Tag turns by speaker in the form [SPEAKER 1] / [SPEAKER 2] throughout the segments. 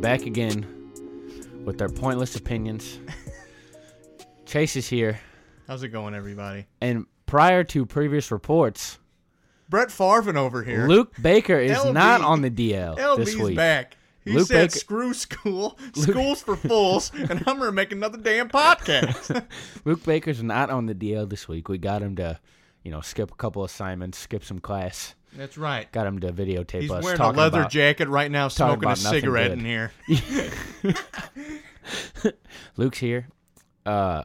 [SPEAKER 1] back again with their pointless opinions. Chase is here,
[SPEAKER 2] How's it going, everybody?
[SPEAKER 1] and prior to previous reports,
[SPEAKER 2] Brett Farvin over here.
[SPEAKER 1] Luke Baker is
[SPEAKER 2] LB.
[SPEAKER 1] not on the DL
[SPEAKER 2] LB's
[SPEAKER 1] this week.
[SPEAKER 2] back. He
[SPEAKER 1] Luke
[SPEAKER 2] said,
[SPEAKER 1] Baker-
[SPEAKER 2] "Screw school, school's for fools," and I'm gonna make another damn podcast.
[SPEAKER 1] Luke Baker's not on the DL this week. We got him to, you know, skip a couple assignments, skip some class.
[SPEAKER 2] That's right.
[SPEAKER 1] Got him to videotape
[SPEAKER 2] He's
[SPEAKER 1] us
[SPEAKER 2] wearing a
[SPEAKER 1] talking
[SPEAKER 2] leather
[SPEAKER 1] about-
[SPEAKER 2] jacket right now, smoking a
[SPEAKER 1] about nothing
[SPEAKER 2] cigarette
[SPEAKER 1] good.
[SPEAKER 2] in here.
[SPEAKER 1] Luke's here. Uh,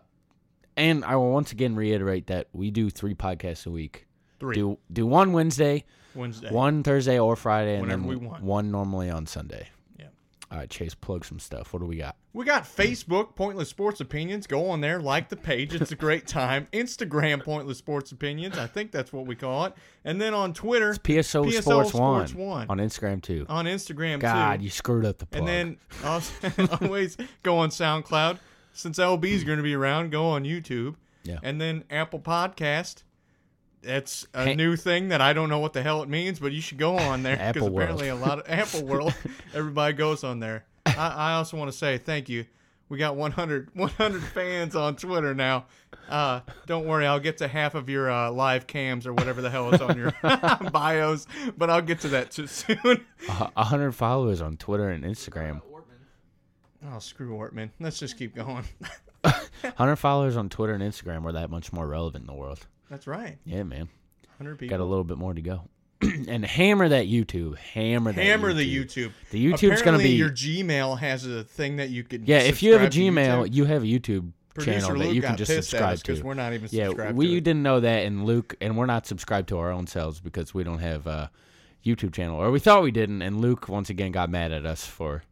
[SPEAKER 1] and I will once again reiterate that we do three podcasts a week.
[SPEAKER 2] Three
[SPEAKER 1] Do do one Wednesday,
[SPEAKER 2] Wednesday.
[SPEAKER 1] one Thursday or Friday, and
[SPEAKER 2] Whenever
[SPEAKER 1] then
[SPEAKER 2] we want.
[SPEAKER 1] one normally on Sunday.
[SPEAKER 2] Yeah.
[SPEAKER 1] All right, Chase, plug some stuff. What do we got?
[SPEAKER 2] We got Facebook, Pointless Sports Opinions. Go on there, like the page. It's a great time. Instagram, Pointless Sports Opinions. I think that's what we call it. And then on Twitter,
[SPEAKER 1] It's PSO,
[SPEAKER 2] PSO
[SPEAKER 1] Sports,
[SPEAKER 2] Sports
[SPEAKER 1] One
[SPEAKER 2] One.
[SPEAKER 1] on Instagram too.
[SPEAKER 2] on Instagram
[SPEAKER 1] God,
[SPEAKER 2] too.
[SPEAKER 1] you screwed up the plug.
[SPEAKER 2] And then also, always go on SoundCloud. Since LB's going to be around, go on YouTube.
[SPEAKER 1] Yeah.
[SPEAKER 2] And then Apple Podcast. That's a
[SPEAKER 1] Hey.
[SPEAKER 2] new thing that I don't know what the hell it means, but you should go on there
[SPEAKER 1] Apple
[SPEAKER 2] because
[SPEAKER 1] World.
[SPEAKER 2] apparently a lot of Apple World, everybody goes on there. I, I also want to say thank you. We got 100, 100 fans on Twitter now. Uh, don't worry, I'll get to half of your uh, live cams or whatever the hell is on your bios, but I'll get to that too soon.
[SPEAKER 1] A- a hundred followers on Twitter and Instagram.
[SPEAKER 2] Oh, screw Ortman. Let's just keep going.
[SPEAKER 1] Hundred followers on Twitter and Instagram are that much more relevant in the world.
[SPEAKER 2] That's right.
[SPEAKER 1] Yeah, man.
[SPEAKER 2] 100 people.
[SPEAKER 1] Got a little bit more to go. and hammer that YouTube. Hammer that.
[SPEAKER 2] Hammer
[SPEAKER 1] YouTube.
[SPEAKER 2] the YouTube.
[SPEAKER 1] The YouTube's gonna
[SPEAKER 2] Apparently,
[SPEAKER 1] be-
[SPEAKER 2] your Gmail has a thing that you can.
[SPEAKER 1] Yeah, if you have a
[SPEAKER 2] subscribe to
[SPEAKER 1] Gmail,
[SPEAKER 2] YouTube.
[SPEAKER 1] you have a YouTube
[SPEAKER 2] Producer
[SPEAKER 1] channel that
[SPEAKER 2] Luke
[SPEAKER 1] you can
[SPEAKER 2] got
[SPEAKER 1] just
[SPEAKER 2] pissed at
[SPEAKER 1] subscribe
[SPEAKER 2] us 'cause
[SPEAKER 1] to.
[SPEAKER 2] we're not even
[SPEAKER 1] yeah,
[SPEAKER 2] subscribed
[SPEAKER 1] we
[SPEAKER 2] to it.
[SPEAKER 1] didn't know that, and Luke and we're not subscribed to our own selves because we don't have a YouTube channel, or we thought we didn't. And Luke once again got mad at us for,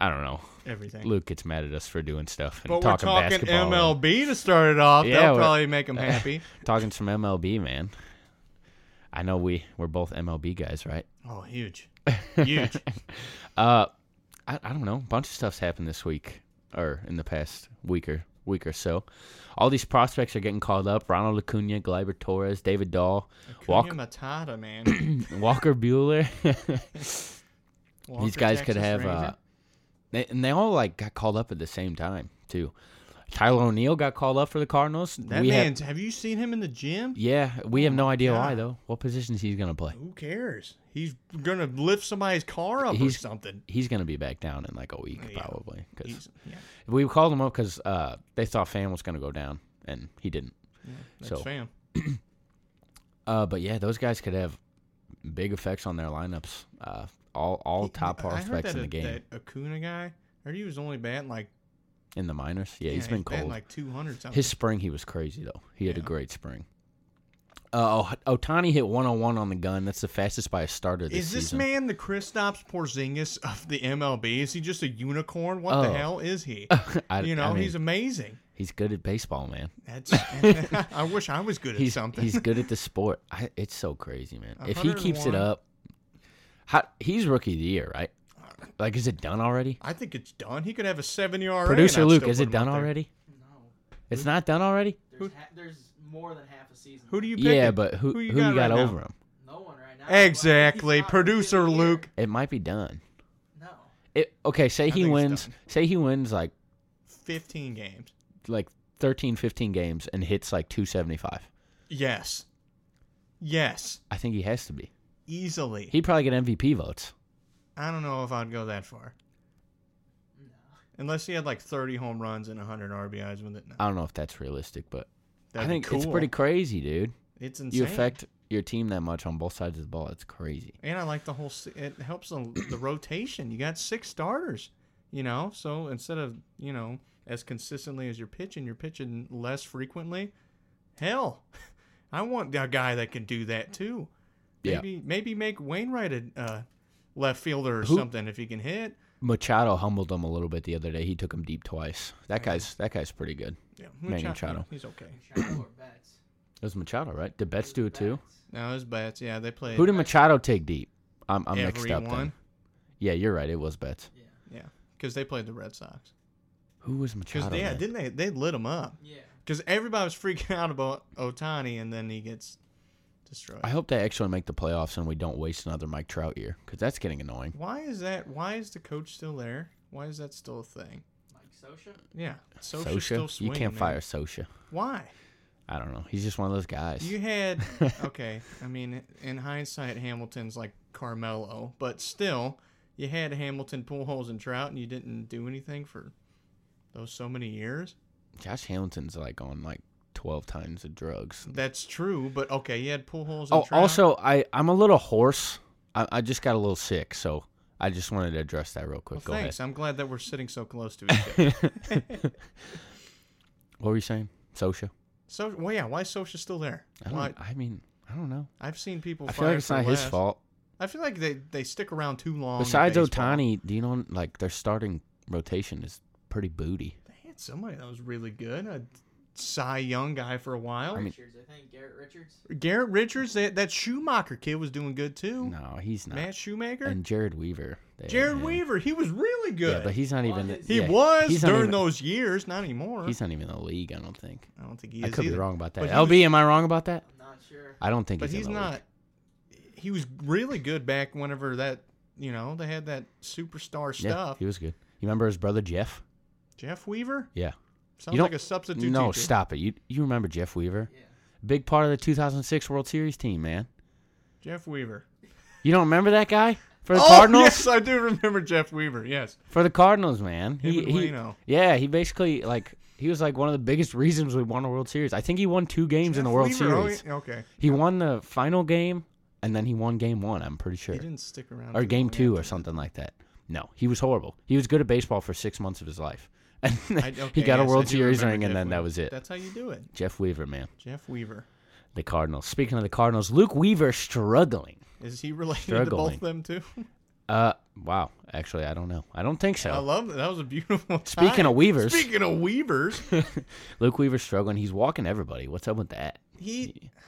[SPEAKER 1] I don't know.
[SPEAKER 2] everything.
[SPEAKER 1] Luke gets mad at us for doing stuff and
[SPEAKER 2] but
[SPEAKER 1] talking,
[SPEAKER 2] we're talking
[SPEAKER 1] basketball, and
[SPEAKER 2] MLB to start it off.
[SPEAKER 1] Yeah,
[SPEAKER 2] That'll
[SPEAKER 1] we're-
[SPEAKER 2] probably make him happy.
[SPEAKER 1] talking some MLB, man. I know we we're both MLB guys, right?
[SPEAKER 2] oh, huge, huge.
[SPEAKER 1] Uh, I, I don't know. A bunch of stuff's happened this week or in the past week or week or so. All these prospects are getting called up: Ronald Acuna, Gleyber Torres, David Dahl,
[SPEAKER 2] Walk-
[SPEAKER 1] Walk,
[SPEAKER 2] Matata, man.
[SPEAKER 1] Walker Bueller.
[SPEAKER 2] Walker,
[SPEAKER 1] these guys
[SPEAKER 2] Texas
[SPEAKER 1] could have,
[SPEAKER 2] Ranger.
[SPEAKER 1] uh, they, and they all like got called up at the same time too. Tyler O'Neill got called up for the Cardinals.
[SPEAKER 2] that
[SPEAKER 1] we have,
[SPEAKER 2] man's. Have, you seen him in the gym?
[SPEAKER 1] yeah, we have no idea why
[SPEAKER 2] God.
[SPEAKER 1] though. What positions he's gonna play?
[SPEAKER 2] Who cares? He's gonna lift somebody's car up or
[SPEAKER 1] He's-
[SPEAKER 2] something.
[SPEAKER 1] He's gonna be back down in like a week
[SPEAKER 2] Yeah.
[SPEAKER 1] probably. 'Cause probably.
[SPEAKER 2] He's, yeah,
[SPEAKER 1] we called him up because uh, they thought Fan was gonna go down, and he didn't.
[SPEAKER 2] that's
[SPEAKER 1] So-
[SPEAKER 2] fam.
[SPEAKER 1] Uh, but yeah, those guys could have big effects on their lineups. Uh, all all
[SPEAKER 2] He-
[SPEAKER 1] top
[SPEAKER 2] I heard
[SPEAKER 1] prospects in
[SPEAKER 2] that-
[SPEAKER 1] the game
[SPEAKER 2] That Acuna guy, I heard he was only batting like
[SPEAKER 1] in the minors. Yeah, he's
[SPEAKER 2] yeah,
[SPEAKER 1] been
[SPEAKER 2] batting
[SPEAKER 1] cold.
[SPEAKER 2] like two hundred something.
[SPEAKER 1] His spring, he was crazy though. He had a
[SPEAKER 2] Yeah.
[SPEAKER 1] great spring. Uh, Otani hit 101 on the gun. That's the fastest by a starter this
[SPEAKER 2] Is this
[SPEAKER 1] season.
[SPEAKER 2] man the Kristaps Porzingis of the MLB? Is he just a unicorn? What the
[SPEAKER 1] Oh.
[SPEAKER 2] hell is he?
[SPEAKER 1] I-
[SPEAKER 2] you know,
[SPEAKER 1] I mean,
[SPEAKER 2] he's amazing.
[SPEAKER 1] he's good at baseball, man.
[SPEAKER 2] That's. I wish I was good at
[SPEAKER 1] He's
[SPEAKER 2] something.
[SPEAKER 1] he's good at the sport. I, it's so crazy, man. If he keeps it
[SPEAKER 2] 101.
[SPEAKER 1] up, how, he's rookie of the year, right? Like, is it done already?
[SPEAKER 2] I think it's done. He could have a seven yard.
[SPEAKER 1] Producer Luke, is it done already? It's not done already.
[SPEAKER 3] There's, ha- there's more than half a season.
[SPEAKER 2] Who do you? Pick
[SPEAKER 1] Yeah, but who who you got,
[SPEAKER 2] right now?
[SPEAKER 1] over him?
[SPEAKER 3] No one right now. but he's
[SPEAKER 2] Exactly,
[SPEAKER 3] not rookie of the
[SPEAKER 2] producer
[SPEAKER 3] year.
[SPEAKER 2] Luke.
[SPEAKER 1] It might be done.
[SPEAKER 3] No.
[SPEAKER 1] It, okay, say
[SPEAKER 2] I
[SPEAKER 1] he
[SPEAKER 2] think it's
[SPEAKER 1] wins.
[SPEAKER 2] done.
[SPEAKER 1] Say he wins like
[SPEAKER 2] Fifteen games.
[SPEAKER 1] like 13, 15 games and hits like two seventy five.
[SPEAKER 2] Yes, yes,
[SPEAKER 1] I think he has to be.
[SPEAKER 2] easily.
[SPEAKER 1] He'd probably get MVP votes.
[SPEAKER 2] I don't know if I'd go that far. Unless he had like 30 home runs and 100 RBIs with it. No,
[SPEAKER 1] I don't know if that's realistic, but
[SPEAKER 2] that'd
[SPEAKER 1] I
[SPEAKER 2] be
[SPEAKER 1] think it's
[SPEAKER 2] cool.
[SPEAKER 1] pretty crazy, dude.
[SPEAKER 2] It's insane.
[SPEAKER 1] You affect your team that much on both sides of the ball. It's crazy.
[SPEAKER 2] And I like the whole. se- It helps on the rotation. You got six starters, you know. So instead of you know as consistently as you're pitching, you're pitching less frequently. Hell, I want a guy that can do that too.
[SPEAKER 1] Yeah.
[SPEAKER 2] Maybe maybe make Wainwright a uh, left fielder or
[SPEAKER 1] Who-
[SPEAKER 2] something if he can hit.
[SPEAKER 1] Machado humbled him a little bit the other day. He took him deep twice. That guy's that guy's pretty good.
[SPEAKER 2] Yeah,
[SPEAKER 1] Manny
[SPEAKER 2] Machado,
[SPEAKER 1] Machado.
[SPEAKER 2] He's okay.
[SPEAKER 3] Machado or Betts.
[SPEAKER 1] It was Machado, right? Did Betts do it too?
[SPEAKER 3] Betts.
[SPEAKER 2] No, his bats. Yeah, they played.
[SPEAKER 1] Who did Machado take deep? I'm, I'm mixed up.
[SPEAKER 2] everyone.
[SPEAKER 1] Then. Yeah, you're right. It was Betts.
[SPEAKER 2] Yeah, because they played the Red Sox.
[SPEAKER 1] Who was
[SPEAKER 2] Because
[SPEAKER 1] Machado?
[SPEAKER 2] yeah,
[SPEAKER 1] then?
[SPEAKER 2] didn't they? They lit him up.
[SPEAKER 3] Yeah.
[SPEAKER 2] Because everybody was freaking out about Otani, and then he gets destroyed.
[SPEAKER 1] I hope they actually make the playoffs and we don't waste another Mike Trout year because that's getting annoying.
[SPEAKER 2] Why is that? Why is the coach still there? Why is that still a thing?
[SPEAKER 3] Mike Sosha.
[SPEAKER 2] Yeah, Sosha's
[SPEAKER 1] Sosha,
[SPEAKER 2] still swinging.
[SPEAKER 1] you can't
[SPEAKER 2] man.
[SPEAKER 1] fire Sosha.
[SPEAKER 2] Why?
[SPEAKER 1] I don't know. He's just one of those guys.
[SPEAKER 2] You had okay. I mean, in hindsight, Hamilton's like Carmelo, but still, you had Hamilton, Pujols, and Trout, and you didn't do anything for those so many years.
[SPEAKER 1] Josh Hamilton's like on like twelve times the drugs.
[SPEAKER 2] That's true, but okay, you had Pujols. And
[SPEAKER 1] Oh,
[SPEAKER 2] Trout.
[SPEAKER 1] also, I I'm a little hoarse. I, I just got a little sick, so I just wanted to address that real
[SPEAKER 2] Well,
[SPEAKER 1] quick. Go
[SPEAKER 2] thanks. I'm glad that we're sitting so close to each other.
[SPEAKER 1] ahead. what were you saying, Sosha?
[SPEAKER 2] so, well, yeah. Why is Sosha still there?
[SPEAKER 1] I don't.
[SPEAKER 2] Why?
[SPEAKER 1] I mean, I don't know.
[SPEAKER 2] I've seen people.
[SPEAKER 1] I feel like
[SPEAKER 2] fired
[SPEAKER 1] it's
[SPEAKER 2] for
[SPEAKER 1] not his
[SPEAKER 2] less.
[SPEAKER 1] fault.
[SPEAKER 2] I feel like they, they stick around too long. in
[SPEAKER 1] Besides
[SPEAKER 2] baseball.
[SPEAKER 1] Otani, do you know like their starting rotation is pretty booty.
[SPEAKER 2] they had somebody that was really good. A Cy Young guy for a while.
[SPEAKER 1] I mean-
[SPEAKER 3] Richards, I think. Garrett Richards.
[SPEAKER 2] Garrett Richards, that, that Schumacher kid was doing good too.
[SPEAKER 1] No, he's not.
[SPEAKER 2] Matt Shoemaker,
[SPEAKER 1] and Jared Weaver. they-
[SPEAKER 2] Jared
[SPEAKER 1] yeah.
[SPEAKER 2] Weaver, he was really good.
[SPEAKER 1] Yeah, but he's not even.
[SPEAKER 2] he
[SPEAKER 1] yeah,
[SPEAKER 2] was
[SPEAKER 1] he's not
[SPEAKER 2] during
[SPEAKER 1] even-
[SPEAKER 2] those years, not anymore.
[SPEAKER 1] He's not even in the league. I don't think.
[SPEAKER 2] I don't think he
[SPEAKER 1] I
[SPEAKER 2] is.
[SPEAKER 1] could
[SPEAKER 2] either.
[SPEAKER 1] be wrong about that.
[SPEAKER 2] But he
[SPEAKER 1] LB,
[SPEAKER 2] was-
[SPEAKER 1] am I wrong about that?
[SPEAKER 3] I'm not sure.
[SPEAKER 1] I don't think.
[SPEAKER 2] But he's
[SPEAKER 1] in the league.
[SPEAKER 2] not. He was really good back whenever that you know they had that superstar
[SPEAKER 1] Yeah,
[SPEAKER 2] stuff.
[SPEAKER 1] he was good. You remember his brother Jeff?
[SPEAKER 2] Jeff Weaver
[SPEAKER 1] Yeah.
[SPEAKER 2] sounds
[SPEAKER 1] don't-
[SPEAKER 2] like a substitute.
[SPEAKER 1] no,
[SPEAKER 2] teacher.
[SPEAKER 1] stop it. You you remember Jeff Weaver?
[SPEAKER 3] Yeah.
[SPEAKER 1] Big part of the 2006 World Series team, man.
[SPEAKER 2] Jeff Weaver
[SPEAKER 1] You don't remember that guy for the
[SPEAKER 2] oh,
[SPEAKER 1] Cardinals?
[SPEAKER 2] Yes, I do remember Jeff Weaver. Yes.
[SPEAKER 1] For the Cardinals, man.
[SPEAKER 2] Him
[SPEAKER 1] He,
[SPEAKER 2] and oh.
[SPEAKER 1] he-
[SPEAKER 2] Wayno.
[SPEAKER 1] yeah, he basically like he was like one of the biggest reasons we won a World Series. I think he won two games in the
[SPEAKER 2] Jeff
[SPEAKER 1] World
[SPEAKER 2] Weaver, oh,
[SPEAKER 1] Series.
[SPEAKER 2] yeah, okay.
[SPEAKER 1] He won the final game and then he won game 1, I'm pretty sure.
[SPEAKER 2] He didn't stick around.
[SPEAKER 1] Or
[SPEAKER 2] too
[SPEAKER 1] game
[SPEAKER 2] long
[SPEAKER 1] 2
[SPEAKER 2] after
[SPEAKER 1] or
[SPEAKER 2] that.
[SPEAKER 1] something like that. No, he was horrible. He was good at baseball for 6 months of his life. And then
[SPEAKER 2] I-
[SPEAKER 1] he
[SPEAKER 2] okay,
[SPEAKER 1] got a
[SPEAKER 2] yes, I
[SPEAKER 1] World
[SPEAKER 2] do
[SPEAKER 1] Series
[SPEAKER 2] remember
[SPEAKER 1] ring and
[SPEAKER 2] Jeff
[SPEAKER 1] then that
[SPEAKER 2] Weaver.
[SPEAKER 1] was it.
[SPEAKER 2] That's how you do it.
[SPEAKER 1] Jeff Weaver, man.
[SPEAKER 2] Jeff Weaver.
[SPEAKER 1] The Cardinals. Speaking of the Cardinals, Luke Weaver struggling.
[SPEAKER 2] Is he related to both
[SPEAKER 1] Struggling.
[SPEAKER 2] of them too?
[SPEAKER 1] Uh, wow. Actually, I don't know. I don't think so.
[SPEAKER 2] I love that. That was a beautiful. Time.
[SPEAKER 1] Speaking of Weavers.
[SPEAKER 2] Speaking of Weavers,
[SPEAKER 1] Luke Weaver's struggling. He's walking everybody. What's up with that?
[SPEAKER 2] he.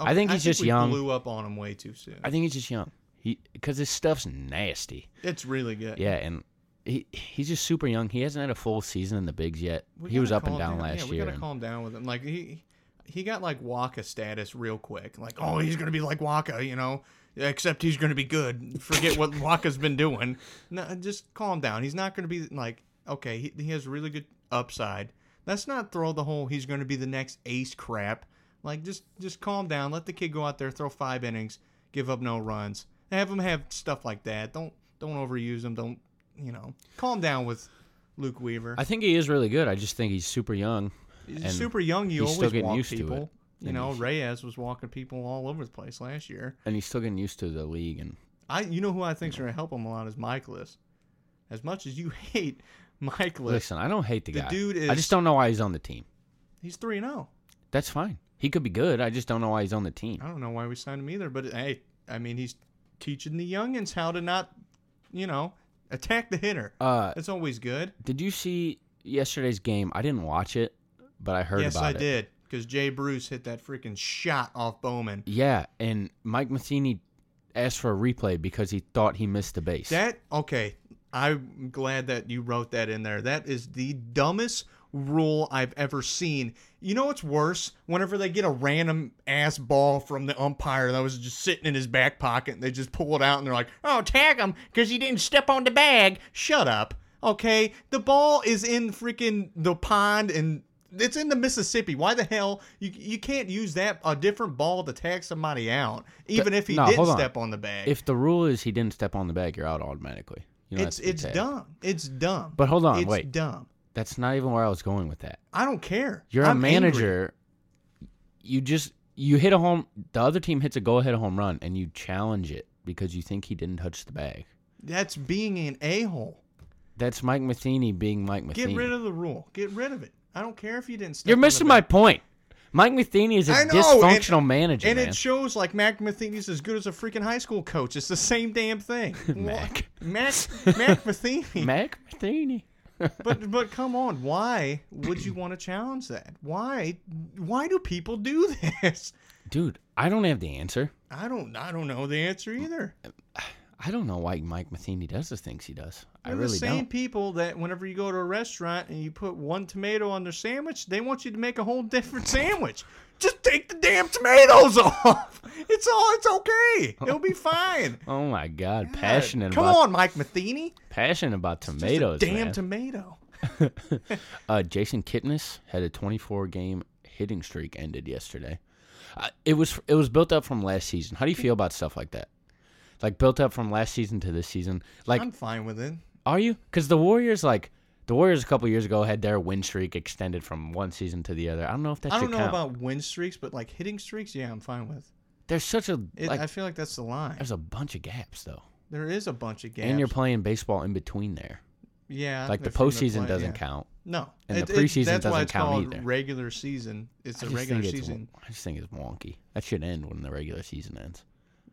[SPEAKER 1] I think he's just
[SPEAKER 2] we
[SPEAKER 1] young.
[SPEAKER 2] Blew up on him way too soon.
[SPEAKER 1] I think he's just young. He because his stuff's nasty.
[SPEAKER 2] It's really good.
[SPEAKER 1] Yeah, and he he's just super young. He hasn't had a full season in the bigs yet.
[SPEAKER 2] We
[SPEAKER 1] he was up
[SPEAKER 2] gotta
[SPEAKER 1] and
[SPEAKER 2] calm
[SPEAKER 1] down, last
[SPEAKER 2] yeah,
[SPEAKER 1] year.
[SPEAKER 2] We gotta
[SPEAKER 1] and-
[SPEAKER 2] calm down with him. Like he, he got like Waka status real quick. Like oh, he's gonna be like Waka, you know. Except he's gonna be good. Forget what Waka's been doing. No, just calm down. He's not gonna be like okay. He, he has really good upside. Let's not throw the whole he's gonna be the next ace crap. Like just just calm down. Let the kid go out there, throw five innings, give up no runs. Have him have stuff like that. Don't don't overuse him. Don't you know? Calm down with Luke Weaver.
[SPEAKER 1] I think he is really good. I just think he's super young.
[SPEAKER 2] He's
[SPEAKER 1] and
[SPEAKER 2] super young.
[SPEAKER 1] he's
[SPEAKER 2] You always
[SPEAKER 1] still getting
[SPEAKER 2] walk
[SPEAKER 1] used to it.
[SPEAKER 2] people. You
[SPEAKER 1] And
[SPEAKER 2] know,
[SPEAKER 1] he's-
[SPEAKER 2] Reyes was walking people all over the place last year.
[SPEAKER 1] and he's still getting used to the league. And
[SPEAKER 2] I, you know, who I think's going to help him a lot is Michaelis. As much as you hate Michaelis,
[SPEAKER 1] listen, I don't hate the,
[SPEAKER 2] the
[SPEAKER 1] guy.
[SPEAKER 2] dude
[SPEAKER 1] I
[SPEAKER 2] is-
[SPEAKER 1] just don't know why he's on the team.
[SPEAKER 2] he's three and zero.
[SPEAKER 1] That's fine. He could be good. I just don't know why he's on the team.
[SPEAKER 2] I don't know why we signed him either, but uh, hey, I mean, he's teaching the youngins how to not, you know, attack the hitter.
[SPEAKER 1] Uh,
[SPEAKER 2] That's always good.
[SPEAKER 1] did you see yesterday's game? I didn't watch it, but I heard
[SPEAKER 2] yes,
[SPEAKER 1] about
[SPEAKER 2] I
[SPEAKER 1] it.
[SPEAKER 2] did, because Jay Bruce hit that freaking shot off Bowman.
[SPEAKER 1] Yeah, and Mike Matheny asked for a replay because he thought he missed the base.
[SPEAKER 2] That okay. I'm glad that you wrote that in there. That is the dumbest rule I've ever seen. You know what's worse? Whenever they get a random ass ball from the umpire that was just sitting in his back pocket, and they just pull it out and they're like, "Oh, tag him because he didn't step on the bag." Shut up. Okay, the ball is in freaking the pond and it's in the Mississippi. Why the hell you you can't use that a different ball to tag somebody out, even if he
[SPEAKER 1] no,
[SPEAKER 2] didn't
[SPEAKER 1] hold on.
[SPEAKER 2] step on the bag?
[SPEAKER 1] if the rule is he didn't step on the bag, you're out automatically. You don't have
[SPEAKER 2] it's
[SPEAKER 1] to be
[SPEAKER 2] it's
[SPEAKER 1] tagged.
[SPEAKER 2] dumb. It's dumb.
[SPEAKER 1] But hold on,
[SPEAKER 2] it's
[SPEAKER 1] wait.
[SPEAKER 2] dumb.
[SPEAKER 1] That's not even where I was going with that.
[SPEAKER 2] I don't care.
[SPEAKER 1] You're
[SPEAKER 2] I'm
[SPEAKER 1] a
[SPEAKER 2] angry.
[SPEAKER 1] manager. You just you hit a home. The other team hits a go ahead home run, and you challenge it because you think he didn't touch the bag.
[SPEAKER 2] That's being an a hole.
[SPEAKER 1] That's Mike Matheny being Mike
[SPEAKER 2] Get
[SPEAKER 1] Matheny.
[SPEAKER 2] rid of the rule. Get rid of it. I don't care if you didn't. Step
[SPEAKER 1] You're
[SPEAKER 2] on the
[SPEAKER 1] missing my
[SPEAKER 2] bag.
[SPEAKER 1] point. Mike Matheny is a
[SPEAKER 2] I know,
[SPEAKER 1] dysfunctional
[SPEAKER 2] and-
[SPEAKER 1] manager,
[SPEAKER 2] and
[SPEAKER 1] man.
[SPEAKER 2] it shows like Mac Matheny's as good as a freaking high school coach. It's the same damn thing.
[SPEAKER 1] Mac.
[SPEAKER 2] Wha- Mac Mac Matheny.
[SPEAKER 1] Mike Matheny.
[SPEAKER 2] But but come on, why would you want to challenge that? Why why do people do this?
[SPEAKER 1] Dude, I don't have the answer.
[SPEAKER 2] I don't I don't know the answer either.
[SPEAKER 1] I don't know why Mike Matheny does the things he does. I
[SPEAKER 2] They're
[SPEAKER 1] really
[SPEAKER 2] the same
[SPEAKER 1] don't.
[SPEAKER 2] people that whenever you go to a restaurant and you put one tomato on their sandwich, they want you to make a whole different sandwich. Just take the damn tomatoes off. It's all. It's okay. It'll be fine.
[SPEAKER 1] Oh my God, passionate
[SPEAKER 2] Come
[SPEAKER 1] about
[SPEAKER 2] on, Mike Matheny.
[SPEAKER 1] passionate about tomatoes,
[SPEAKER 2] Just a damn
[SPEAKER 1] man.
[SPEAKER 2] tomato.
[SPEAKER 1] uh, Jason Kipnis had a 24 game hitting streak ended yesterday. Uh, it was it was built up from last season. How do you feel about stuff like that? Like built up from last season to this season. Like,
[SPEAKER 2] I'm fine with it.
[SPEAKER 1] are you? Because the Warriors, like the Warriors, a couple years ago had their win streak extended from one season to the other. I don't know if that
[SPEAKER 2] I
[SPEAKER 1] should
[SPEAKER 2] don't know
[SPEAKER 1] count.
[SPEAKER 2] about win streaks, but like hitting streaks, yeah, I'm fine with.
[SPEAKER 1] There's such a
[SPEAKER 2] It,
[SPEAKER 1] like.
[SPEAKER 2] I feel like that's the line.
[SPEAKER 1] there's a bunch of gaps though,
[SPEAKER 2] There is a bunch of games.
[SPEAKER 1] and you're playing baseball in between there.
[SPEAKER 2] Yeah.
[SPEAKER 1] Like the
[SPEAKER 2] if you're gonna
[SPEAKER 1] postseason
[SPEAKER 2] play-
[SPEAKER 1] doesn't
[SPEAKER 2] yeah.
[SPEAKER 1] count.
[SPEAKER 2] No.
[SPEAKER 1] And the preseason
[SPEAKER 2] that's
[SPEAKER 1] doesn't
[SPEAKER 2] why it's
[SPEAKER 1] count
[SPEAKER 2] called
[SPEAKER 1] either.
[SPEAKER 2] Regular season. It's
[SPEAKER 1] I
[SPEAKER 2] a
[SPEAKER 1] just
[SPEAKER 2] regular
[SPEAKER 1] think it's-
[SPEAKER 2] season.
[SPEAKER 1] I just think it's wonky. That should end when the regular season ends.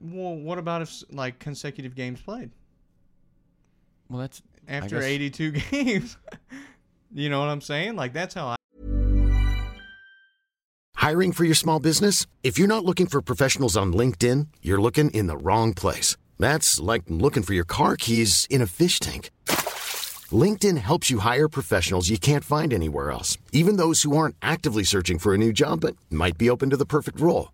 [SPEAKER 2] Well, what about if like consecutive games played
[SPEAKER 1] Well, that's I
[SPEAKER 2] after
[SPEAKER 1] guess-
[SPEAKER 2] 82 games? you know what I'm saying? Like that's how I
[SPEAKER 4] Hiring for your small business? If you're not looking for professionals on LinkedIn, you're looking in the wrong place. That's like looking for your car keys in a fish tank. LinkedIn helps you hire professionals you can't find anywhere else, even those who aren't actively searching for a new job but might be open to the perfect role.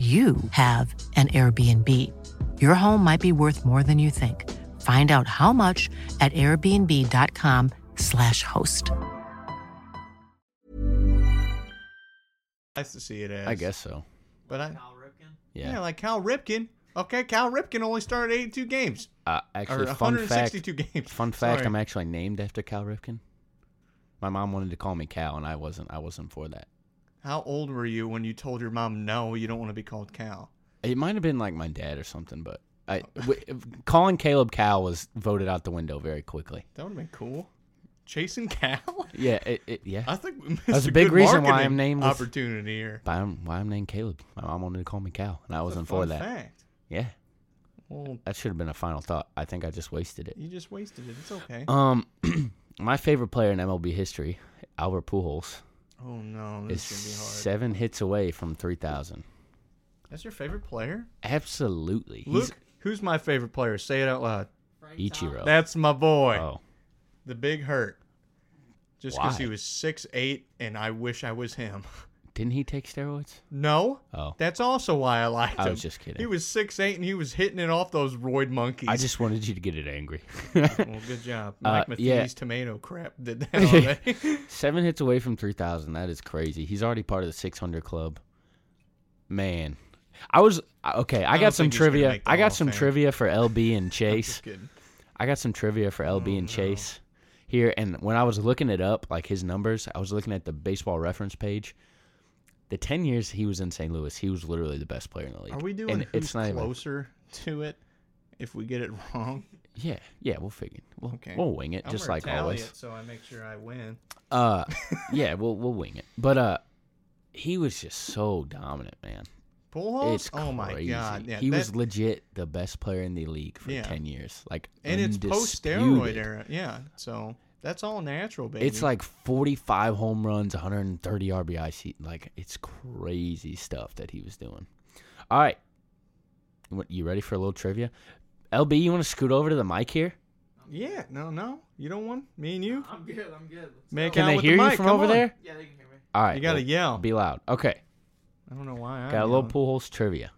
[SPEAKER 5] you have an Airbnb. Your home might be worth more than you think. Find out how much at airbnb.com/slash host.
[SPEAKER 2] like to see it as.
[SPEAKER 1] I guess so.
[SPEAKER 2] But I
[SPEAKER 3] Al Ripken.
[SPEAKER 2] yeah.
[SPEAKER 1] Yeah.
[SPEAKER 2] like Cal Ripken. Okay, Cal Ripken only started 82 games
[SPEAKER 1] uh,
[SPEAKER 2] or
[SPEAKER 1] actually, fun fact.
[SPEAKER 2] 162 games.
[SPEAKER 1] Fun fact:
[SPEAKER 2] Sorry.
[SPEAKER 1] I'm actually named after Cal Ripken. My mom wanted to call me Cal, and I wasn't. I wasn't for that.
[SPEAKER 2] How old were you when you told your mom no, you don't want to be called Cal?
[SPEAKER 1] It might have been like my dad or something, but I w- calling Caleb Cal was voted out the window very quickly.
[SPEAKER 2] That would have been cool. Chasing Cal.
[SPEAKER 1] Yeah, it, it yeah.
[SPEAKER 2] I think we missed
[SPEAKER 1] That's a
[SPEAKER 2] a
[SPEAKER 1] big
[SPEAKER 2] good
[SPEAKER 1] reason why
[SPEAKER 2] marketing
[SPEAKER 1] I'm named with-
[SPEAKER 2] opportunity here.
[SPEAKER 1] But I'm, why I'm named Caleb. My mom wanted to call me Cal, and I
[SPEAKER 2] That's a
[SPEAKER 1] wasn't for
[SPEAKER 2] fun
[SPEAKER 1] that.
[SPEAKER 2] Fact.
[SPEAKER 1] Yeah,
[SPEAKER 2] Well,
[SPEAKER 1] that should have been a final thought. I think I just wasted it.
[SPEAKER 2] you just wasted it. It's okay.
[SPEAKER 1] Um, my favorite player in MLB history, Albert Pujols,
[SPEAKER 2] oh no,
[SPEAKER 1] is
[SPEAKER 2] this is gonna be hard.
[SPEAKER 1] seven hits away from three thousand.
[SPEAKER 2] That's your favorite player?
[SPEAKER 1] Absolutely,
[SPEAKER 2] Luke, who's my favorite player? Say it out loud.
[SPEAKER 3] Frank
[SPEAKER 1] he's
[SPEAKER 3] Thomas.
[SPEAKER 1] Ichiro.
[SPEAKER 2] That's my boy,
[SPEAKER 1] Oh,
[SPEAKER 2] the big hurt. Just because
[SPEAKER 1] Why?
[SPEAKER 2] he was six eight, and I wish I was him.
[SPEAKER 1] Didn't he take steroids?
[SPEAKER 2] No.
[SPEAKER 1] Oh.
[SPEAKER 2] That's also why I liked him.
[SPEAKER 1] I was just kidding.
[SPEAKER 2] He was six eight and he was hitting it off those roid monkeys.
[SPEAKER 1] I just wanted you to get it angry.
[SPEAKER 2] well, good job. Mike
[SPEAKER 1] Uh,
[SPEAKER 2] Matheny's
[SPEAKER 1] yeah.
[SPEAKER 2] tomato crap did that already.
[SPEAKER 1] Seven hits away from 3,000. That is crazy. He's already part of the 600 club. Man. I was I- okay. I,
[SPEAKER 2] I don't
[SPEAKER 1] got some
[SPEAKER 2] think he's gonna
[SPEAKER 1] trivia.
[SPEAKER 2] make the
[SPEAKER 1] I
[SPEAKER 2] Hall
[SPEAKER 1] got
[SPEAKER 2] of
[SPEAKER 1] some
[SPEAKER 2] Fame.
[SPEAKER 1] trivia for LB and Chase.
[SPEAKER 2] Just kidding. Oh,
[SPEAKER 1] I got some trivia for LB and Chase here. And when I was looking it up, like his numbers, I was looking at the baseball reference page. The 10 years he was in St. Louis, he was literally the best player in the league.
[SPEAKER 2] Are we doing
[SPEAKER 1] And
[SPEAKER 2] who's
[SPEAKER 1] even-
[SPEAKER 2] closer to it if we get it wrong?
[SPEAKER 1] yeah, yeah, we'll figure. We'll,
[SPEAKER 2] Okay.
[SPEAKER 1] we'll wing it,
[SPEAKER 2] I'm
[SPEAKER 1] just
[SPEAKER 2] gonna
[SPEAKER 1] like
[SPEAKER 2] tally
[SPEAKER 1] always.
[SPEAKER 2] it so I make sure I win.
[SPEAKER 1] Uh, yeah, we'll we'll wing it. But uh, he was just so dominant, man.
[SPEAKER 2] Pujols?
[SPEAKER 1] It's crazy.
[SPEAKER 2] oh my god! Yeah,
[SPEAKER 1] he was
[SPEAKER 2] that-
[SPEAKER 1] legit the best player in the league for
[SPEAKER 2] Yeah.
[SPEAKER 1] ten years. Like,
[SPEAKER 2] and it's post steroid
[SPEAKER 1] undisputed.
[SPEAKER 2] era. Yeah, so that's all natural, baby.
[SPEAKER 1] It's like forty-five home runs, one hundred and thirty RBI. se- Like, it's crazy stuff that he was doing. All right, what, you ready for a little trivia? LB, you want to scoot over to the mic here?
[SPEAKER 2] yeah, no, no, you don't want me and you.
[SPEAKER 3] I'm good. I'm good. Let's
[SPEAKER 2] Man,
[SPEAKER 3] go.
[SPEAKER 2] Come
[SPEAKER 1] Can
[SPEAKER 2] on
[SPEAKER 1] they
[SPEAKER 2] with the
[SPEAKER 1] hear you
[SPEAKER 2] mic,
[SPEAKER 1] from
[SPEAKER 2] come
[SPEAKER 1] over
[SPEAKER 2] on.
[SPEAKER 1] there?
[SPEAKER 3] Yeah, they can hear me.
[SPEAKER 1] All right,
[SPEAKER 2] You gotta
[SPEAKER 1] well,
[SPEAKER 2] yell.
[SPEAKER 1] Be loud. Okay.
[SPEAKER 2] I don't know why. I'm
[SPEAKER 1] Got a little
[SPEAKER 2] yelling.
[SPEAKER 1] pool holes trivia.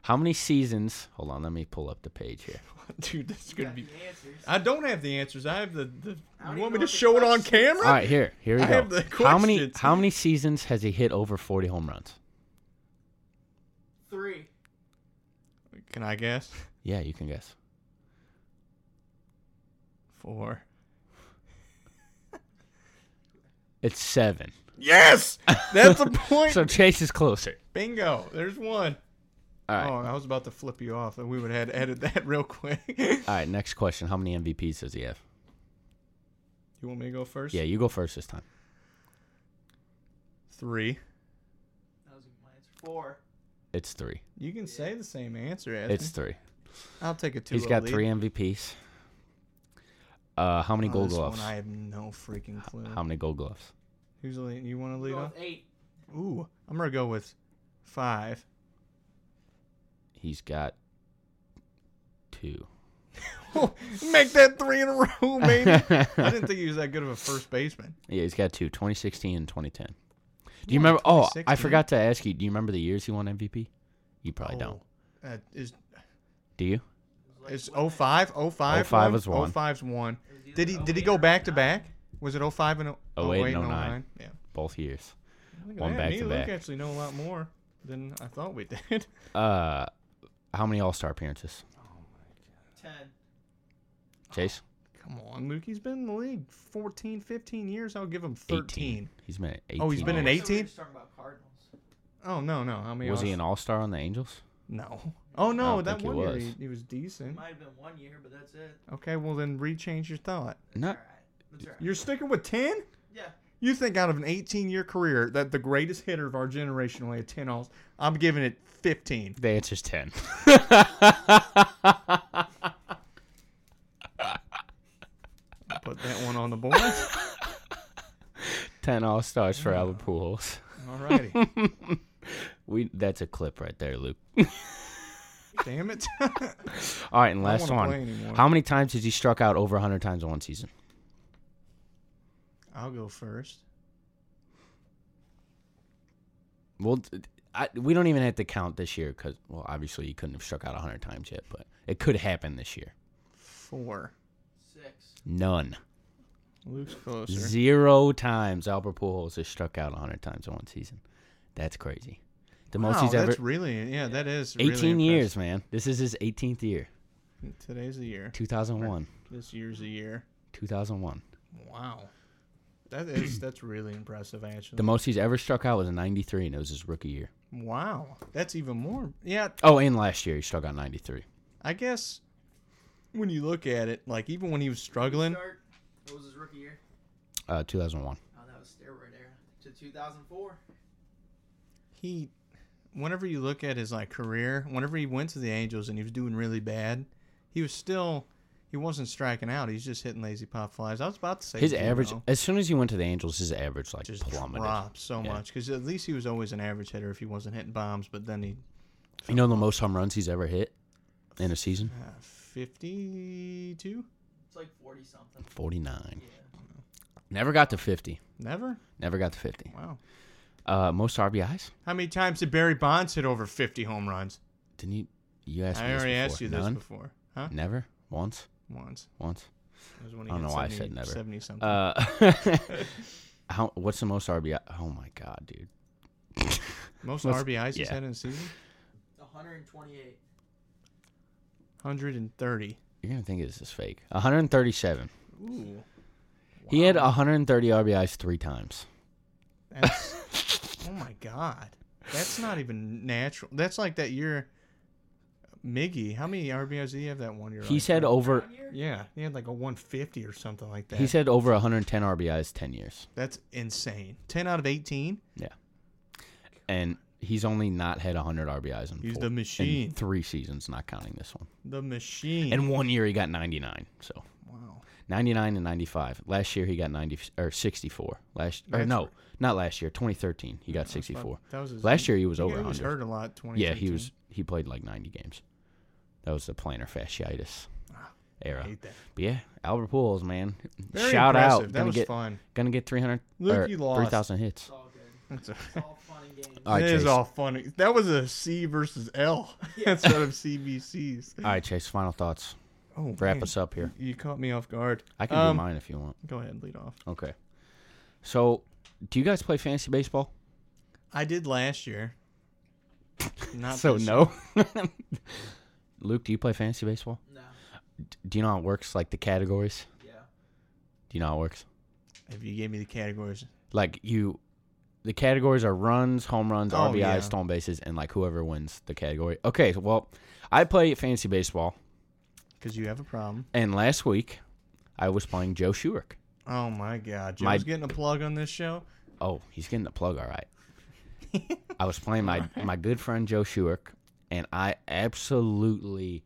[SPEAKER 1] How many seasons? Hold on, let me pull up the page here.
[SPEAKER 2] dude. This is gonna be.
[SPEAKER 3] The answers.
[SPEAKER 2] I don't have the answers. I have the. the
[SPEAKER 3] I
[SPEAKER 2] you
[SPEAKER 3] don't
[SPEAKER 2] want
[SPEAKER 3] even
[SPEAKER 2] me to
[SPEAKER 3] know what the
[SPEAKER 2] show it on
[SPEAKER 3] question is.
[SPEAKER 2] camera?
[SPEAKER 1] All right, here, here we
[SPEAKER 2] I
[SPEAKER 1] go.
[SPEAKER 2] have the
[SPEAKER 1] how many
[SPEAKER 2] questions.
[SPEAKER 1] how many seasons has he hit over forty home runs?
[SPEAKER 3] Three.
[SPEAKER 2] Can I guess?
[SPEAKER 1] Yeah, you can guess.
[SPEAKER 2] Four.
[SPEAKER 1] It's seven.
[SPEAKER 2] Yes, that's a point.
[SPEAKER 1] So Chase is closer.
[SPEAKER 2] Bingo. There's one.
[SPEAKER 1] All right,
[SPEAKER 2] Oh, I was about to flip you off, and we would have had to edit that real quick.
[SPEAKER 1] all right. Next question: How many MVPs does he have?
[SPEAKER 2] you want me to go first?
[SPEAKER 1] Yeah, you go first this time.
[SPEAKER 2] Three.
[SPEAKER 3] That was my answer. Four.
[SPEAKER 1] It's three.
[SPEAKER 2] You can say the same answer. Anthony.
[SPEAKER 1] It's three.
[SPEAKER 2] I'll take a two.
[SPEAKER 1] He's got three MVPs. Uh, how many Gold
[SPEAKER 2] this
[SPEAKER 1] Gloves?
[SPEAKER 2] Oh, One, I have no freaking clue.
[SPEAKER 1] How many Gold Gloves?
[SPEAKER 2] Who's leading? You want to lead
[SPEAKER 3] Go
[SPEAKER 2] off?
[SPEAKER 3] with eight.
[SPEAKER 2] Ooh, I'm gonna go with five.
[SPEAKER 1] He's got two.
[SPEAKER 2] Make that three in a row, baby. I didn't think he was that good of a first baseman.
[SPEAKER 1] Yeah, he's got two. 2016 and 2010. Do you remember? Oh, I
[SPEAKER 2] 2016?
[SPEAKER 1] forgot to ask you. Do you remember the years he won MVP? You probably don't.
[SPEAKER 2] Oh, uh, is
[SPEAKER 1] Do you?
[SPEAKER 2] is 05, 05,
[SPEAKER 1] 05 was Oh one.
[SPEAKER 2] 05's one. Did he did he go back to back? Was it 05 and
[SPEAKER 1] 08
[SPEAKER 2] 08
[SPEAKER 1] and
[SPEAKER 2] and 09?
[SPEAKER 1] 09.
[SPEAKER 2] Yeah.
[SPEAKER 1] Both years.
[SPEAKER 2] Look at
[SPEAKER 1] One
[SPEAKER 2] that.
[SPEAKER 1] back
[SPEAKER 2] Me
[SPEAKER 1] to
[SPEAKER 2] and Luke
[SPEAKER 1] back.
[SPEAKER 2] actually know a lot more than I thought we did.
[SPEAKER 1] Uh, how many All Star appearances?
[SPEAKER 3] Ten.
[SPEAKER 1] Chase,
[SPEAKER 2] Come on, Luke. He's been in the league 14, 15 years. I'll give him 13.
[SPEAKER 1] He's been at eighteen.
[SPEAKER 2] Oh, he's been an
[SPEAKER 1] years.
[SPEAKER 2] eight-
[SPEAKER 3] So
[SPEAKER 2] 18?
[SPEAKER 3] we were just talking about Cardinals.
[SPEAKER 2] Oh, no, no. How many
[SPEAKER 1] Was he
[SPEAKER 2] All-
[SPEAKER 1] an All Star on the Angels?
[SPEAKER 2] No. Oh, no.
[SPEAKER 1] don't
[SPEAKER 2] That
[SPEAKER 1] think he
[SPEAKER 2] one year
[SPEAKER 1] was.
[SPEAKER 2] he, he was decent.
[SPEAKER 3] Might have been one year, but that's it.
[SPEAKER 2] Okay, well, then rechange your thought.
[SPEAKER 1] Not.
[SPEAKER 3] All right. That's all right.
[SPEAKER 2] You're sticking with 10?
[SPEAKER 3] Yeah.
[SPEAKER 2] You think out of an 18 year career that the greatest hitter of our generation only had 10 alls? I'm giving it 15.
[SPEAKER 1] The answer's ten.
[SPEAKER 2] Put that one on the board.
[SPEAKER 1] ten All Stars for Albert Pujols.
[SPEAKER 2] Alrighty.
[SPEAKER 1] We that's a clip right there, Luke.
[SPEAKER 2] Damn it.
[SPEAKER 1] All right, and last
[SPEAKER 2] wanna play
[SPEAKER 1] one.
[SPEAKER 2] anymore.
[SPEAKER 1] How many times has he struck out over hundred times in one season?
[SPEAKER 2] I'll go first.
[SPEAKER 1] Well, t- I, we don't even have to count this year because well, obviously he couldn't have struck out hundred times yet, but it could happen this year.
[SPEAKER 2] Four.
[SPEAKER 3] Six.
[SPEAKER 1] None.
[SPEAKER 2] Luke's closer.
[SPEAKER 1] Zero times Albert Pujols has struck out 100 times in one season. That's crazy. The most
[SPEAKER 2] wow,
[SPEAKER 1] he's ever
[SPEAKER 2] that's really, yeah, that is.
[SPEAKER 1] 18
[SPEAKER 2] really
[SPEAKER 1] years, man. This is his 18th year.
[SPEAKER 2] impressive. Today's the year.
[SPEAKER 1] 2001.
[SPEAKER 2] This year's the year.
[SPEAKER 1] 2001.
[SPEAKER 2] Wow. That is, that's really impressive, actually.
[SPEAKER 1] The most he's ever struck out was in 93 and it was his rookie year.
[SPEAKER 2] wow. That's even more. Yeah,
[SPEAKER 1] Oh, and last year he struck out 93.
[SPEAKER 2] I guess when you look at it, like even when he was struggling,
[SPEAKER 3] Start. What was his rookie year?
[SPEAKER 1] Uh 2001.
[SPEAKER 3] Oh, that was steroid era. To 2004.
[SPEAKER 2] he whenever you look at his like career whenever he went to the angels and he was doing really bad he was still he wasn't striking out he's just hitting lazy pop flies i was about to say
[SPEAKER 1] His
[SPEAKER 2] zero.
[SPEAKER 1] average as soon as he went to the Angels, his average like
[SPEAKER 2] just
[SPEAKER 1] plummeted.
[SPEAKER 2] dropped so
[SPEAKER 1] Yeah.
[SPEAKER 2] much because at least he was always an average hitter if he wasn't hitting bombs but then he
[SPEAKER 1] You know the most home runs he's ever hit in a season?
[SPEAKER 2] Uh, 52
[SPEAKER 3] It's like 40 something.
[SPEAKER 1] 49. Never got to 50.
[SPEAKER 2] never
[SPEAKER 1] Never got to 50.
[SPEAKER 2] wow
[SPEAKER 1] Uh, most RBIs?
[SPEAKER 2] How many times did Barry Bonds hit over 50 home runs?
[SPEAKER 1] Didn't you? You asked me
[SPEAKER 2] I
[SPEAKER 1] this
[SPEAKER 2] already
[SPEAKER 1] before.
[SPEAKER 2] asked you this
[SPEAKER 1] None?
[SPEAKER 2] before. Huh?
[SPEAKER 1] Never. Once.
[SPEAKER 2] Once.
[SPEAKER 1] Once.
[SPEAKER 2] It was when he
[SPEAKER 1] I don't
[SPEAKER 2] hit
[SPEAKER 1] know why I
[SPEAKER 2] 70
[SPEAKER 1] said never.
[SPEAKER 2] 70 something.
[SPEAKER 1] Uh, how? What's the most RBI? Oh my god, dude.
[SPEAKER 2] Most
[SPEAKER 1] let's-
[SPEAKER 2] RBIs he's
[SPEAKER 1] yeah.
[SPEAKER 2] had in a season?
[SPEAKER 3] 128.
[SPEAKER 2] 130.
[SPEAKER 1] You're gonna think this is fake. 137.
[SPEAKER 2] Ooh.
[SPEAKER 1] He had 130 RBIs three times.
[SPEAKER 2] That's, oh my god. That's not even natural. That's like that year Miggy, how many RBIs did he have that one year?
[SPEAKER 1] He's
[SPEAKER 2] like,
[SPEAKER 1] had over.
[SPEAKER 2] Yeah, he had like a 150 or something like that.
[SPEAKER 1] He's had over 110 RBIs 10 years.
[SPEAKER 2] That's insane. 10 out of 18?
[SPEAKER 1] Yeah. And he's only not had 100 RBIs in,
[SPEAKER 2] He's
[SPEAKER 1] four-
[SPEAKER 2] the
[SPEAKER 1] in
[SPEAKER 2] machine.
[SPEAKER 1] three seasons, not counting this one.
[SPEAKER 2] The machine.
[SPEAKER 1] And one year he got 99. So
[SPEAKER 2] wow.
[SPEAKER 1] 99 and 95. Last year he got 90 or 64. Last or
[SPEAKER 2] That's
[SPEAKER 1] no,
[SPEAKER 2] right.
[SPEAKER 1] not last year. 2013 he got 64.
[SPEAKER 2] That was his-
[SPEAKER 1] last year he was over
[SPEAKER 2] yeah, He was
[SPEAKER 1] 100.
[SPEAKER 2] hurt a lot. 20.
[SPEAKER 1] yeah, he was. He played like 90 games. That was the plantar fasciitis era.
[SPEAKER 2] Ah, hate that.
[SPEAKER 1] But yeah, Albert Pujols, man.
[SPEAKER 2] Very
[SPEAKER 1] Shout
[SPEAKER 2] impressive.
[SPEAKER 1] out.
[SPEAKER 2] That
[SPEAKER 1] gonna
[SPEAKER 2] was
[SPEAKER 1] get,
[SPEAKER 2] fun.
[SPEAKER 1] Gonna get 300
[SPEAKER 2] Luke,
[SPEAKER 1] or
[SPEAKER 2] you lost.
[SPEAKER 1] 3,000 hits.
[SPEAKER 3] It's all good.
[SPEAKER 2] That's a,
[SPEAKER 3] It's all fun and games.
[SPEAKER 1] All right,
[SPEAKER 2] it is
[SPEAKER 1] Chase.
[SPEAKER 2] all funny. That was a C versus L instead of CBCs.
[SPEAKER 1] All right, Chase. Final thoughts.
[SPEAKER 2] Oh,
[SPEAKER 1] Wrap
[SPEAKER 2] man.
[SPEAKER 1] us up here.
[SPEAKER 2] You caught me off guard.
[SPEAKER 1] I can
[SPEAKER 2] Um,
[SPEAKER 1] do mine if you want.
[SPEAKER 2] Go ahead, lead off.
[SPEAKER 1] Okay. So, do you guys play fantasy baseball?
[SPEAKER 2] I did last year. Not
[SPEAKER 1] so
[SPEAKER 2] this
[SPEAKER 1] no. Luke, do you play fantasy baseball?
[SPEAKER 3] No.
[SPEAKER 1] D- Do you know how it works? Like the categories?
[SPEAKER 3] Yeah.
[SPEAKER 1] Do you know how it works?
[SPEAKER 2] year. If you gave me the categories,
[SPEAKER 1] Like you, the categories are runs, home runs,
[SPEAKER 2] Oh,
[SPEAKER 1] RBIs,
[SPEAKER 2] yeah.
[SPEAKER 1] stolen bases, and like whoever wins the category. Okay. so, Well, I play fantasy baseball,
[SPEAKER 2] because you have a problem.
[SPEAKER 1] and last week I was playing Joe Shurik.
[SPEAKER 2] Oh my God, Joe's
[SPEAKER 1] My-
[SPEAKER 2] getting a plug on this show.
[SPEAKER 1] Oh, he's getting the plug, all right. I was playing my my good friend Joe Shurik, and I absolutely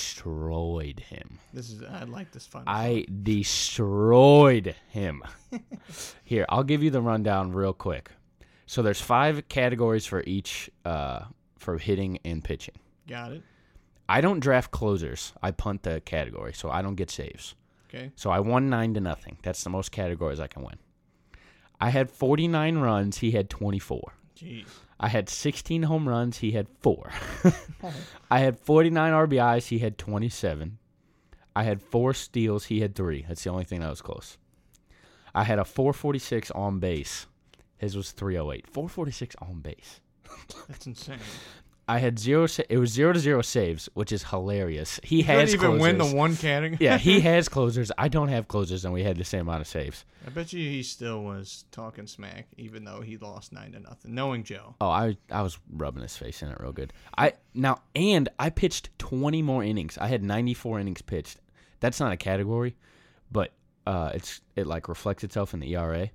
[SPEAKER 1] destroyed him.
[SPEAKER 2] This is I like this fun.
[SPEAKER 1] I destroyed him. Here, I'll give you the rundown real quick. So there's five categories for each uh, for hitting and pitching.
[SPEAKER 2] Got it.
[SPEAKER 1] I don't draft closers. I punt the category, so I don't get saves.
[SPEAKER 2] Okay.
[SPEAKER 1] So I won nine to nothing. That's the most categories I can win. I had 49 runs. He had 24.
[SPEAKER 2] Jeez.
[SPEAKER 1] I had 16 home runs. He had four. I had 49 RBIs. He had 27. I had four steals. He had three. That's the only thing that was close. I had a 446 on base. His was 308. 446 on base.
[SPEAKER 2] That's insane.
[SPEAKER 1] I had zero. Sa- it was zero to zero saves, which is hilarious. He
[SPEAKER 2] You couldn't
[SPEAKER 1] has
[SPEAKER 2] even
[SPEAKER 1] closers.
[SPEAKER 2] win the one category.
[SPEAKER 1] yeah, he has closers. I don't have closers, and we had the same amount of saves.
[SPEAKER 2] I bet you he still was talking smack, even though he lost nine to nothing. Knowing Joe,
[SPEAKER 1] Oh, I I was rubbing his face in it real good. I now and I pitched 20 more innings. I had 94 innings pitched. That's not a category, but uh, it's it like reflects itself in the ERA.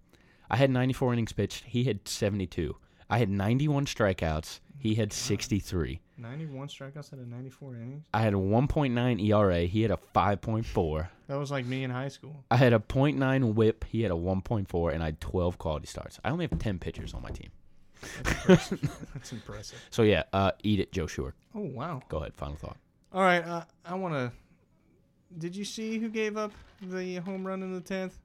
[SPEAKER 1] I had 94 innings pitched. He had 72. I had 91 strikeouts. He had 63.
[SPEAKER 2] ninety-one strikeouts out of ninety-four innings.
[SPEAKER 1] I had a 1.9 ERA. He had E a 5.4.
[SPEAKER 2] That was like me in high school.
[SPEAKER 1] I had a 0.9 whip. He had a 1.4, and I had 12 quality starts. I only have 10 pitchers on my team.
[SPEAKER 2] That's impressive.
[SPEAKER 1] So yeah, uh, eat it, Joe Shure.
[SPEAKER 2] Oh wow.
[SPEAKER 1] Go ahead. Final thought.
[SPEAKER 2] All right, uh, I want to. Did you see who gave up the home run in the tenth?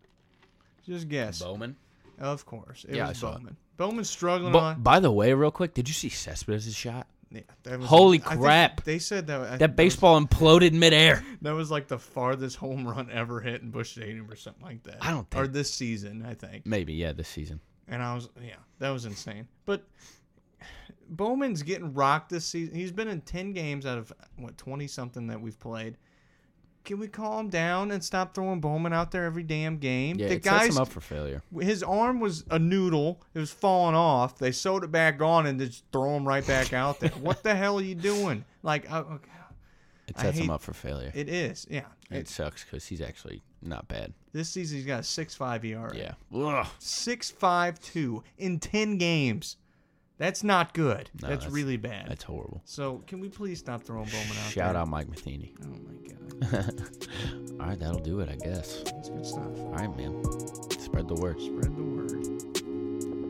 [SPEAKER 2] Just guess.
[SPEAKER 1] Bowman.
[SPEAKER 2] Of course, it
[SPEAKER 1] Yeah, I
[SPEAKER 2] was
[SPEAKER 1] saw it.
[SPEAKER 2] Bowman. Bowman's struggling
[SPEAKER 1] But
[SPEAKER 2] on.
[SPEAKER 1] by the way, real quick, did you see Cespedes' shot?
[SPEAKER 2] Yeah, that was-
[SPEAKER 1] Holy
[SPEAKER 2] I think
[SPEAKER 1] crap.
[SPEAKER 2] They said that I-
[SPEAKER 1] That baseball imploded midair.
[SPEAKER 2] was, that was like the farthest home run ever hit in Bush Stadium or something like that.
[SPEAKER 1] I don't
[SPEAKER 2] Or
[SPEAKER 1] think-
[SPEAKER 2] this season, I think.
[SPEAKER 1] Maybe, yeah, this season.
[SPEAKER 2] And I was yeah, that was insane. But Bowman's getting rocked this season. He's been in ten games out of what twenty something that we've played. Can we calm down and stop throwing Bowman out there every damn game?
[SPEAKER 1] Yeah,
[SPEAKER 2] the
[SPEAKER 1] it
[SPEAKER 2] guy's
[SPEAKER 1] sets him up for failure.
[SPEAKER 2] his arm was a noodle. It was falling off. They sewed it back on and just throw him right back out there. what the hell are you doing? Like, I, okay,
[SPEAKER 1] It
[SPEAKER 2] I
[SPEAKER 1] sets him
[SPEAKER 2] hate-
[SPEAKER 1] up for failure. It,
[SPEAKER 2] it is. Yeah. It's
[SPEAKER 1] sucks because he's actually not bad.
[SPEAKER 2] this season he's got a six five ERA.
[SPEAKER 1] Yeah. Ugh.
[SPEAKER 2] Six five two in ten games. That's not good.
[SPEAKER 1] No,
[SPEAKER 2] that's,
[SPEAKER 1] that's-
[SPEAKER 2] really bad.
[SPEAKER 1] That's horrible.
[SPEAKER 2] So can we please stop throwing Bowman out
[SPEAKER 1] Shout
[SPEAKER 2] there?
[SPEAKER 1] out Mike Matheny.
[SPEAKER 2] Oh my god,
[SPEAKER 1] All right, that'll do it, I guess.
[SPEAKER 2] that's good stuff.
[SPEAKER 1] All right, man. Spread the word.
[SPEAKER 2] Spread the word.